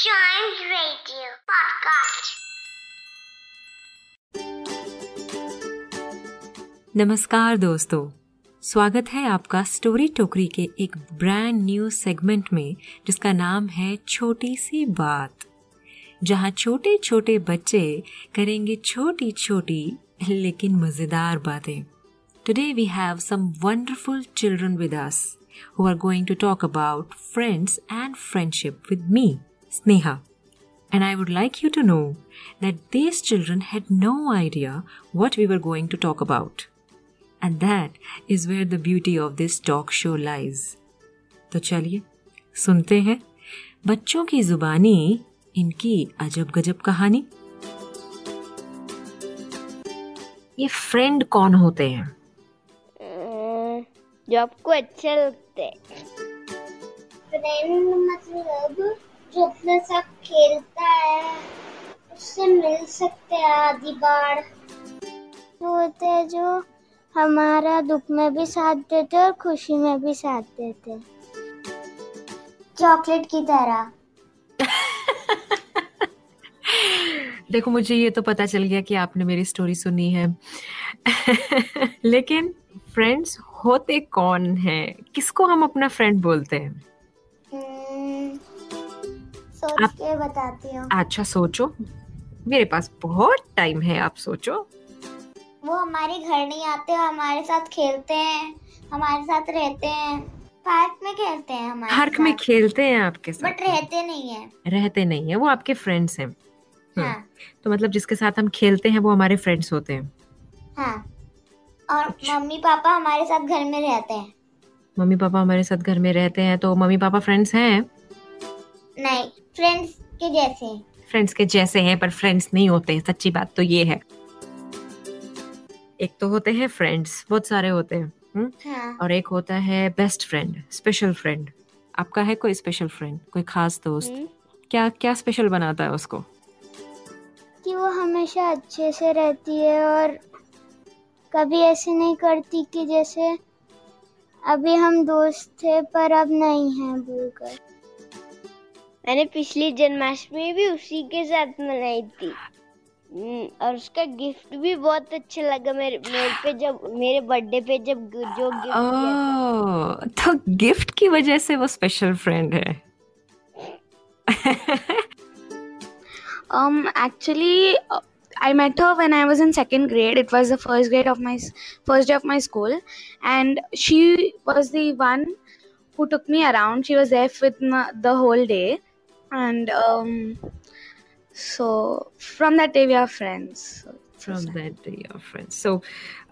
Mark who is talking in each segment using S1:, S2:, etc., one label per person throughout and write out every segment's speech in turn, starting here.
S1: Giant Radio Podcast.
S2: नमस्कार दोस्तों स्वागत है आपका स्टोरी टोकरी के एक ब्रांड न्यू सेगमेंट में जिसका नाम है छोटी सी बात जहां छोटे छोटे बच्चे करेंगे छोटी छोटी लेकिन मजेदार बातें today we have some wonderful children with us who are going to talk about friends and friendship with me Sneha And I would like you to know that these children had no idea what we were going to talk about. And that is where the beauty of this talk show lies. तो चलिए सुनते हैं बच्चों की जुबानी इनकी अजब गजब कहानी ये फ्रेंड कौन होते हैं
S3: अम्म, जो आपको अच्छे लगते हैं
S1: फ्रेंड मतलब जो अपने साथ खेलता है उससे मिल सकते हैं आधी बार
S3: वो होते हैं जो हमारा दुख में भी साथ देते हैं और खुशी में भी साथ देते हैं
S1: चॉकलेट की तरह
S2: देखो मुझे ये तो पता चल गया कि आपने मेरी स्टोरी सुनी है लेकिन फ्रेंड्स होते कौन हैं किसको हम अपना फ्रेंड बोलते हैं
S1: हम्म, सोच
S2: आप-
S1: के बताती हूँ
S2: अच्छा सोचो मेरे पास बहुत टाइम है आप सोचो
S1: वो हमारे घर नहीं आते हमारे साथ खेलते हैं हमारे साथ रहते हैं पार्क में खेलते हैं हमारे
S2: हर्क में खेलते हैं आपके
S1: बट
S2: साथ
S1: रहते नहीं है
S2: रहते नहीं है वो आपके फ्रेंड्स हैं
S1: हाँ
S2: तो मतलब जिसके साथ हम खेलते हैं वो हमारे फ्रेंड्स होते हैं
S1: हाँ और
S2: अच्छा।
S1: मम्मी पापा हमारे साथ घर में रहते हैं
S2: मम्मी पापा हमारे साथ घर में रहते हैं तो मम्मी पापा फ्रेंड्स हैं
S1: नहीं फ्रेंड्स के जैसे
S2: फ्रेंड्स के जैसे हैं पर फ्रेंड्स नहीं होते हैं सच्ची बात तो ये है एक तो होते हैं फ्रेंड्स बहुत सारे होते हैं हुँ?
S1: हाँ
S2: और एक होता है बेस्ट फ्रेंड स्पेशल फ्रेंड आपका है कोई स्पेशल फ्रेंड कोई खास दोस्त क्या क्या स्पेशल बनाता है उसको
S3: कि वो हमेशा अच्छे से रहती है और कभी ऐसे नहीं करती कि जैसे अभी हम दोस्त थे पर अब नहीं हैं बोलकर मैंने पिछली जन्माष्टमी भी उसी के साथ मनाई थी हम्म, और उसका गिफ्ट भी बहुत अच्छा लगा मेरे मेरे पे जब मेरे बर्थडे पे जब गि- जो गिफ्ट दिया था।
S2: ओह तो गिफ्ट की वजह से वो स्पेशल फ्रेंड है
S4: Um, actually, uh, I met her when I was in second grade. It was the first grade of my s- first day of my school, and she was the one who took me around. She was there with my, the whole day, and um, so from that day we are friends. So it's
S2: from
S4: just-
S2: that day of friends so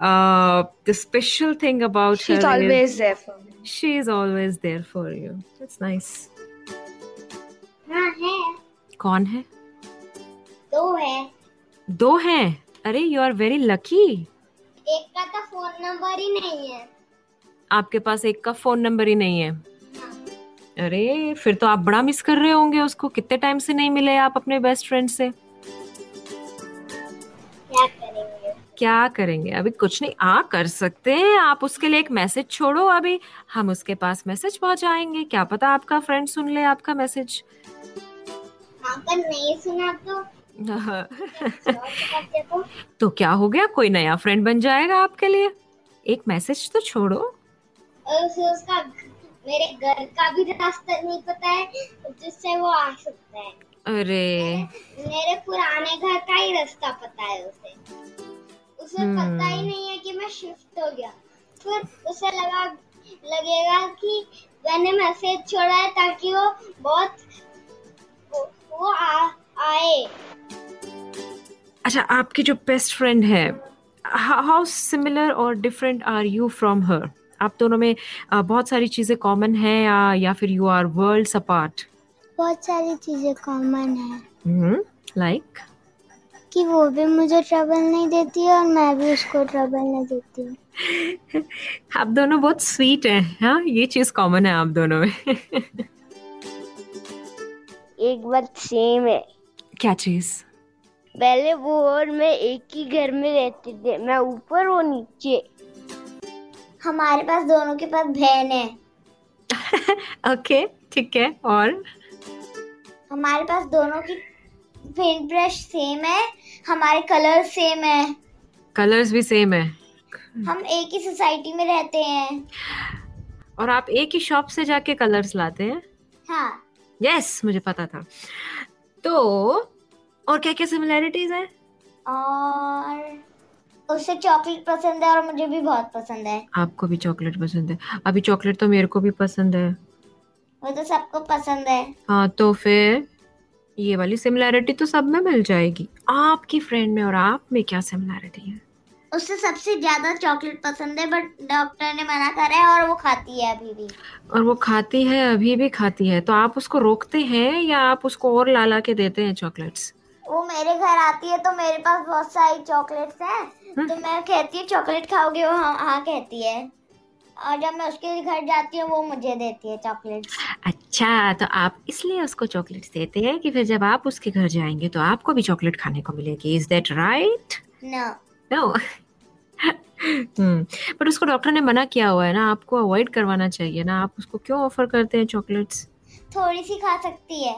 S2: uh, the special thing about her
S4: she's
S2: is-
S4: always there for me.
S2: she is always there for you that's nice
S1: हाँ है
S2: कौन है
S1: दो है
S2: दो हैं अरे you are very lucky
S1: एक का तो फोन नंबर ही नहीं है
S2: आपके पास एक का फोन नंबर ही नहीं है अरे फिर तो आप बड़ा मिस कर रहे होंगे उसको कितने टाइम से नहीं मिले आप अपने बेस्ट फ्रेंड से
S1: क्या करेंगे
S2: क्या करेंगे अभी कुछ नहीं आ कर सकते हैं आप उसके लिए एक मैसेज छोड़ो अभी हम उसके पास मैसेज पहुंचाएंगे क्या पता आपका फ्रेंड सुन ले आपका मैसेज
S3: हाँ,
S1: अगर नहीं सुना तो करते तो
S2: तो क्या हो गया कोई नया फ्रेंड बन जाएगा आपके लिए एक मैसेज तो छोड़ो
S1: और उसे उसका मेरे घर का भी रास्ता नहीं पता है जिससे वो आ सकता है
S2: अरे
S1: मेरे पुराने घर का ही रास्ता पता है उसे उसे
S2: हम्म।
S1: पता ही नहीं है कि मैं शिफ्ट हो गया फिर उसे लगा लगेगा कि मैंने मैसेज छोड़ा है ताकि वो बहुत वो, वो आ, आए
S2: अच्छा आपकी जो बेस्ट फ्रेंड है हाउ सिमिलर और different are you from her आप दोनों में अ, बहुत सारी चीजें कॉमन हैं या या फिर यू आर वर्ल्ड्स अपार्ट
S3: बहुत सारी चीज़ें कॉमन है
S2: Hmm, लाइक
S3: कि वो भी मुझे ट्रबल नहीं देती और मैं भी उसको ट्रबल नहीं देती हूँ
S2: आप दोनों बहुत स्वीट हैं हाँ ये चीज कॉमन है आप दोनों में
S3: एक बात सेम है
S2: क्या चीज
S3: पहले वो और मैं एक ही घर में रहते थे मैं ऊपर वो नीचे
S1: हमारे पास दोनों के पास बहन है
S2: ओके ठीक है और
S1: हमारे पास दोनों की पेंट ब्रश सेम है हमारे कलर सेम है
S2: कलर्स भी सेम है
S1: हम एक ही सोसाइटी में रहते हैं
S2: और आप एक ही शॉप से जाके कलर्स लाते हैं
S1: हाँ
S2: यस मुझे पता था तो और क्या क्या सिमिलैरिटीज है
S1: और उसे चॉकलेट पसंद है और मुझे भी बहुत पसंद है
S2: आपको भी चॉकलेट पसंद है अभी चॉकलेट तो मेरे को भी पसंद है
S1: वो तो सबको पसंद है
S2: हाँ तो फिर ये वाली सिमिलैरिटी तो सब में मिल जाएगी आपकी फ्रेंड में और आप में क्या सिमिलैरिटी है
S1: उसे सबसे ज्यादा चॉकलेट पसंद है बट डॉक्टर ने मना करा है और वो खाती है अभी भी
S2: और वो खाती है अभी भी खाती है तो आप उसको रोकते हैं या आप उसको और ला ला के देते हैं चॉकलेट्स
S1: वो मेरे घर आती है तो मेरे पास बहुत सारी चॉकलेट्स
S2: हम्म।
S1: हैं तो मैं कहती हूँ चॉकलेट खाओगे वो हाँ हाँ कहती है और जब मैं उसके घर जाती हूँ वो मुझे देती है चॉकलेट्स
S2: अच्छा तो आप इसलिए उसको चॉकलेट्स देते हैं कि फिर जब आप उसके घर जाएंगे तो आपको भी चॉकलेट खाने को मिलेगी is that right
S1: no
S2: no पर उसको डॉक्टर ने मना किया हुआ है ना आपको अवॉइड करवाना चाहिए ना आप उसको क्यों ऑफर करते हैं चॉकलेट्स
S1: थोड़ी सी खा सकती है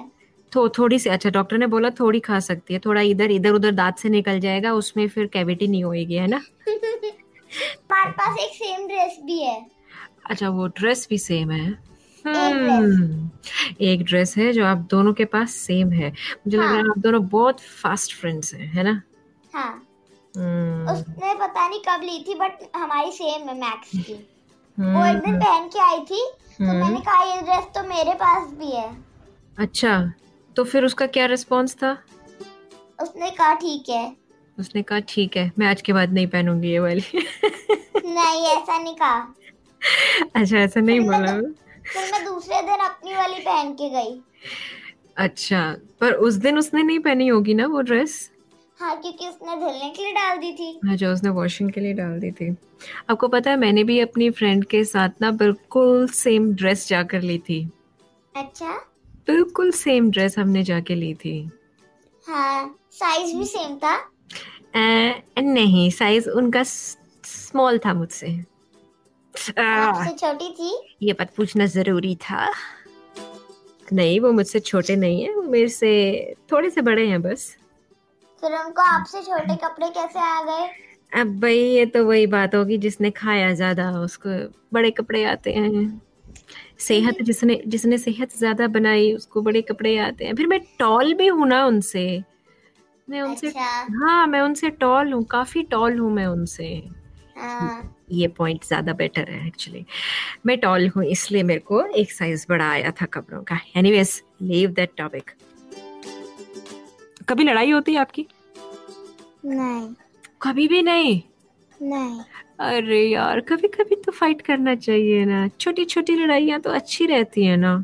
S2: तो थोड़ी सी अच्छा डॉक्टर ने बोला थोड़ी खा सकती है थोड़ा इधर इधर उधर दांत से निकल जाएगा उसमें फिर कैविटी नहीं होएगी है ना
S1: हमारे पास एक सेम ड्रेस भी है
S2: अच्छा वो ड्रेस भी सेम है
S1: ड्रेस।
S2: हम्म, एक ड्रेस है जो आप दोनों के पास सेम है मुझे लग रहा है आप दोनों बहुत फास्ट फ्रेंड्स हैं है ना
S1: हाँ
S2: हम्म,
S1: उसने पता नहीं कब ली थी बट हमारी सेम है मैक्स की वो एक दिन
S2: हम्म,
S1: पहन के आई थी तो
S2: हम्म।
S1: मैंने कहा ये ड्रेस तो मेरे पास भी है
S2: अच्छा तो फिर उसका क्या रिस्पॉन्स था
S1: उसने कहा ठीक है
S2: उसने कहा ठीक है मैं आज के बाद नहीं पहनूंगी ये वाली
S1: नहीं ऐसा नहीं कहा
S2: अच्छा ऐसा नहीं
S1: फिर
S2: बोला
S1: मैं- फिर मैं दूसरे दिन अपनी वाली पहन के गई
S2: अच्छा पर उस दिन उसने नहीं पहनी होगी ना वो ड्रेस
S1: हाँ क्योंकि उसने धुलने के लिए डाल दी थी
S2: हाँ जो उसने वॉशिंग के लिए डाल दी थी आपको पता है मैंने भी अपनी फ्रेंड के साथ ना बिल्कुल सेम ड्रेस जाकर ली थी
S1: अच्छा
S2: बिल्कुल सेम ड्रेस हमने जाके ली थी
S1: हाँ साइज भी सेम था
S2: ए, नहीं साइज उनका स्मॉल था मुझसे आ, हाँ।
S1: आपसे छोटी थी
S2: ये बात पूछना जरूरी था नहीं वो मुझसे छोटे नहीं है वो मेरे से थोड़े से बड़े हैं बस
S1: फिर उनको आपसे छोटे कपड़े कैसे आ गए
S2: अब भाई ये तो वही बात होगी जिसने खाया ज्यादा उसको बड़े कपड़े आते हैं सेहत जिसने जिसने सेहत ज्यादा बनाई उसको बड़े कपड़े आते हैं फिर मैं टॉल भी हूं ना उनसे मैं उनसे
S1: अच्छा
S2: हाँ मैं उनसे टॉल हूँ काफी टॉल हूँ मैं उनसे
S1: हाँ
S2: ये पॉइंट ज्यादा बेटर है एक्चुअली मैं टॉल हूँ इसलिए मेरे को एक साइज बड़ा आया था कपड़ों का एनीवेज लीव दैट टॉपिक कभी लड़ाई होती है आपकी
S3: नहीं
S2: कभी भी नहीं
S3: नहीं
S2: अरे यार कभी कभी तो फाइट करना चाहिए ना छोटी छोटी लड़ाइयाँ तो अच्छी रहती है ना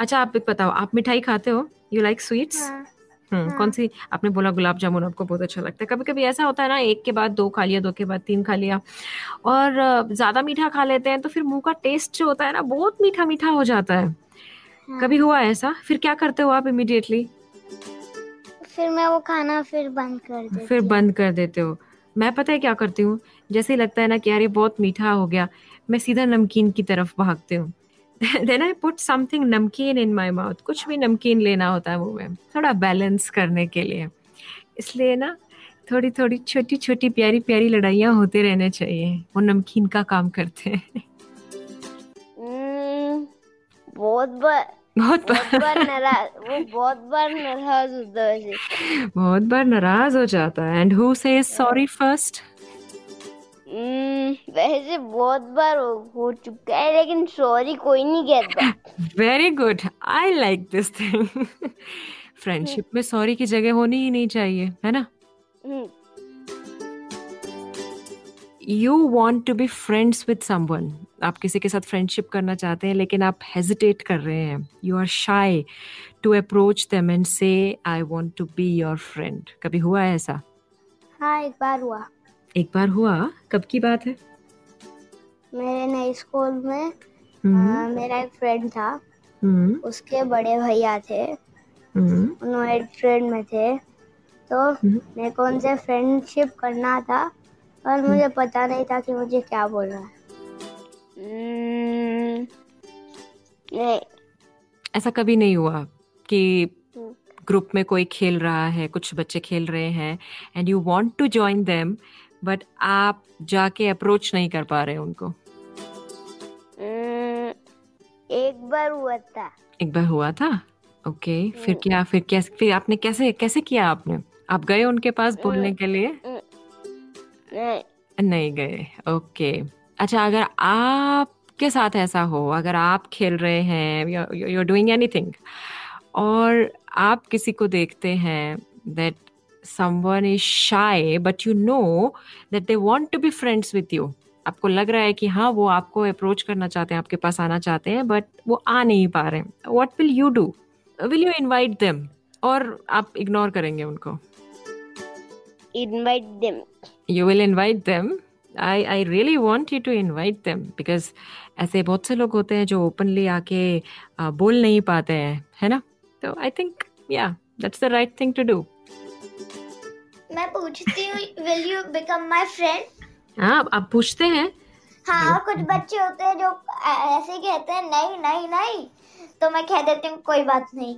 S2: अच्छा आप एक बताओ आप मिठाई खाते हो यू लाइक स्वीट्स
S3: हाँ,
S2: हम्म कौन सी आपने बोला गुलाब जामुन आपको बहुत अच्छा लगता है कभी कभी ऐसा होता है ना एक के बाद दो खा लिया दो के बाद तीन खा लिया और अ, ज्यादा मीठा खा लेते हैं तो फिर मुंह का टेस्ट जो होता है ना बहुत मीठा मीठा हो जाता है
S3: हाँ।
S1: हाँ।
S2: कभी हुआ ऐसा फिर क्या करते हो आप इमिडिएटली
S3: फिर मैं वो खाना फिर बंद कर देती
S2: फिर
S3: हूँ।
S2: बंद कर देते हो मैं पता है क्या करती हूँ जैसे ही लगता है ना कि यार ये बहुत मीठा हो गया मैं सीधा नमकीन की तरफ भागती हूँ देन आई पुट समथिंग नमकीन इन माई माउथ कुछ भी नमकीन लेना होता है मुंह में थोड़ा बैलेंस करने के लिए इसलिए ना थोड़ी थोड़ी छोटी छोटी प्यारी प्यारी लड़ाइयाँ होते रहने चाहिए वो नमकीन का काम करते हैं
S1: हम्म, बहुत बार
S2: बहुत बार
S1: बहुत बार नाराज वो बहुत बार नाराज होता है वैसे
S2: बहुत बार नाराज हो जाता है and who says sorry first
S1: हम्म, वैसे बहुत बार हो, हो चुका है लेकिन सॉरी कोई नहीं कहता
S2: very good I like this thing friendship में सॉरी की जगह होनी ही नहीं चाहिए है ना
S1: हम्म,
S2: you want to be friends with someone आप किसी के साथ फ्रेंडशिप करना चाहते हैं लेकिन आप हेजिटेट कर रहे हैं you are shy to approach them and say I want to be your friend कभी हुआ है ऐसा
S3: हाँ एक बार हुआ
S2: एक बार हुआ कब की बात है
S3: मेरे नए स्कूल में
S2: हम्म,
S3: आ,
S1: हाँ।
S3: मेरा एक फ्रेंड था
S2: हम्म,
S3: उसके बड़े भैया थे
S2: हम्म,
S3: उन्होंने फ्रेंड में थे तो मेरे को उनसे फ्रेंडशिप करना था पर मुझे पता नहीं था कि मुझे क्या बोलना है
S1: हम्म, नहीं
S2: ऐसा कभी नहीं हुआ आपकी ग्रुप में कोई खेल रहा है कुछ बच्चे खेल रहे हैं and you want to join them but आप जाके अप्रोच नहीं कर पा रहे उनको
S1: हम्म, एक बार हुआ था
S2: एक बार हुआ था ओके फिर क्या फिर कैसे फिर आपने कैसे कैसे किया आपने आप गए उनके पास बोलने के लिए
S1: नहीं,
S2: नहीं गए ओके अच्छा अगर आपके साथ ऐसा हो अगर आप खेल रहे हैं यू आर डूइंग एनीथिंग और आप किसी को देखते हैं that someone is shy but you know that they want to be friends with you आपको लग रहा है कि हाँ वो आपको अप्रोच करना चाहते हैं आपके पास आना चाहते हैं बट वो आ नहीं पा रहे what will you do will you invite them और आप इग्नोर करेंगे उनको
S1: invite them.
S2: you will invite them I, I really want you to invite them because ऐसे बहुत से लोग होते हैं जो openly आके आ, बोल नहीं पाते हैं है ना तो आई थिंक या that's the right thing to do
S1: मैं पूछती हूँ will you become my friend
S2: हाँ आप- आप पूछते हैं
S1: हाँ कुछ बच्चे होते हैं जो ऐसे ही कहते हैं नहीं नहीं नहीं तो मैं कह देती हूँ कोई बात नहीं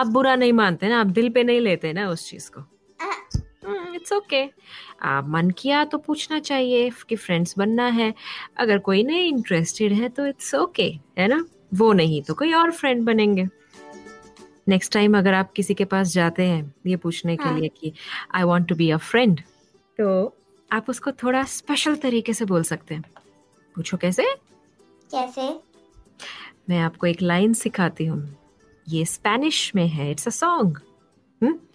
S2: आप बुरा नहीं मानते ना आप दिल पे नहीं लेते ना उस चीज को इट्स ओके आप मन किया तो पूछना चाहिए कि फ्रेंड्स बनना है अगर कोई नहीं इंटरेस्टेड है तो इट्स ओके है ना वो नहीं तो कोई और फ्रेंड बनेंगे नेक्स्ट टाइम अगर आप किसी के पास जाते हैं ये पूछने के लिए कि I want to be a friend तो आप उसको थोड़ा स्पेशल तरीके से बोल सकते हैं पूछो कैसे
S1: कैसे
S2: मैं आपको एक लाइन सिखाती हूँ ये स्पेनिश में है it's a song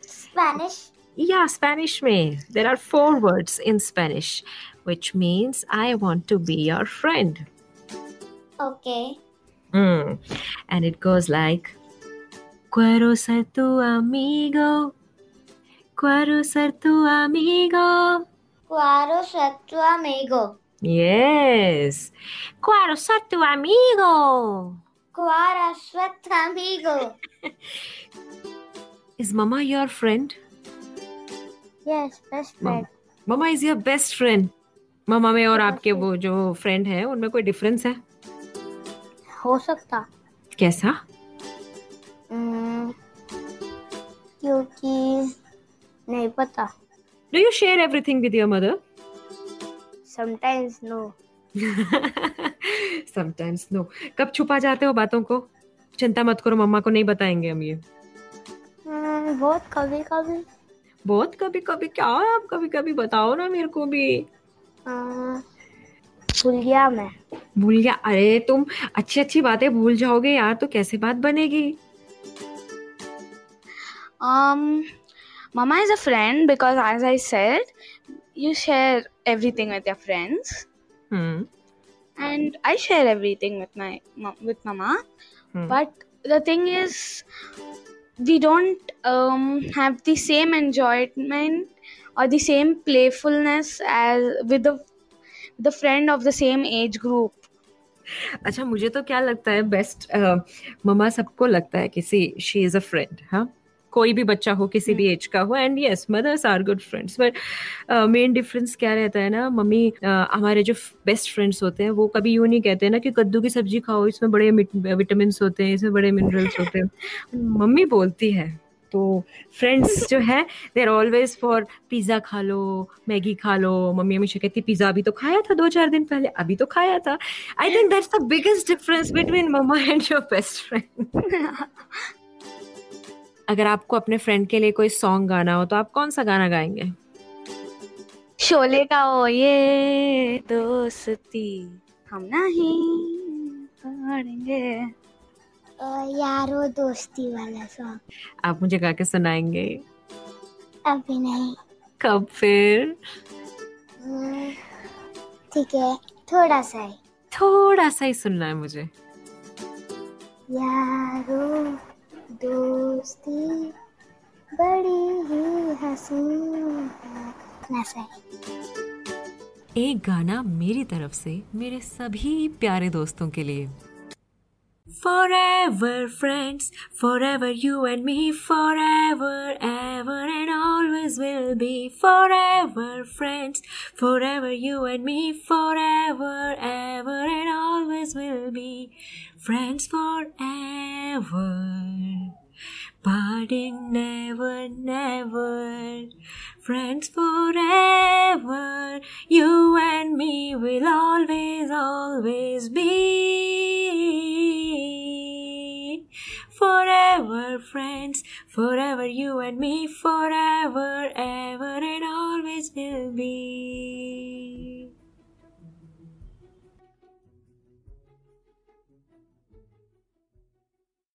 S1: Spanish
S2: Yeah, Spanish may. There are four words in Spanish, which means I want to be your friend.
S1: Okay
S2: Hmm. And it goes like Quiero ser tu amigo. Quiero ser tu amigo.
S1: क्वारो सत्वा मेगो
S2: Yes. Quiero ser tu amigo.
S1: क्वारा स्वत्वा मेगो
S2: Is Mama your friend?
S3: Yes best friend
S2: Mama. Mama is your best friend. Mama में और आपके वो जो friend है उनमें कोई difference है
S3: हो सकता
S2: कैसा
S1: Hmm.
S3: हम्म, क्योंकि नहीं पता
S2: Do you share everything with your mother?
S3: Sometimes no
S2: sometimes no कब छुपा जाते हो बातों को चिंता मत करो मम्मा को नहीं बताएंगे हम ये
S1: Hmm.
S3: बहुत कभी कभी
S2: बहुत कभी कभी क्या आप कभी कभी बताओ ना मेरे को भी
S1: Hmm.
S3: अम्म, भूल गया मैं
S2: भूल गया अरे तुम अच्छी अच्छी बातें भूल जाओगे यार तो कैसे बात बनेगी
S4: Um, Mama is a friend because, as I said, you share everything with your friends,
S2: hmm
S4: and I share everything with my ma- with Mama.
S2: Hmm.
S4: But the thing is, we don't um, have the same enjoyment or the same playfulness as with the the friend of the same age group.
S2: अच्छा मुझे तो क्या लगता है best मम्मा सबको लगता है किसी शी इज अ फ्रेंड हाँ कोई भी बच्चा हो किसी भी एज का हो and yes mothers are good friends but main difference क्या रहता है ना मम्मी uh, हमारे जो बेस्ट फ्रेंड्स होते हैं वो कभी यूँ नहीं कहते ना कि कद्दू की सब्जी खाओ इसमें बड़े विटामिन होते हैं इसमें बड़े मिनरल्स होते हैं मम्मी बोलती है तो फ्रेंड्स जो है they are always for pizza खा लो मैगी खा लो मम्मी हमेशा कहती पिज़्ज़ा अभी तो खाया था दो चार दिन पहले अभी तो खाया था I think that's the biggest difference between mama and your best friend अगर आपको अपने फ्रेंड के लिए कोई सॉन्ग गाना हो तो आप कौन सा गाना गाएंगे
S4: शोले का ओ ये दोस्ती हम नहीं पढ़ेंगे
S3: यारो दोस्ती वाला सॉन्ग
S2: आप मुझे गा के सुनाएंगे
S3: अभी नहीं
S2: कब फिर
S3: हम्म, ठीक है थोड़ा सा ही
S2: थोड़ा सा ही सुनना है मुझे
S3: यारो दोस्ती बड़ी ही हसीन है। ना सही
S2: एक गाना मेरी तरफ से मेरे सभी प्यारे दोस्तों के लिए Forever friends, forever you and me, forever, ever and always will be. Forever friends, forever you and me, forever, ever and always will be. Friends forever. Parting never, never. Friends forever. You and me will always, always be. Forever friends, forever you and me, forever, ever and always will be.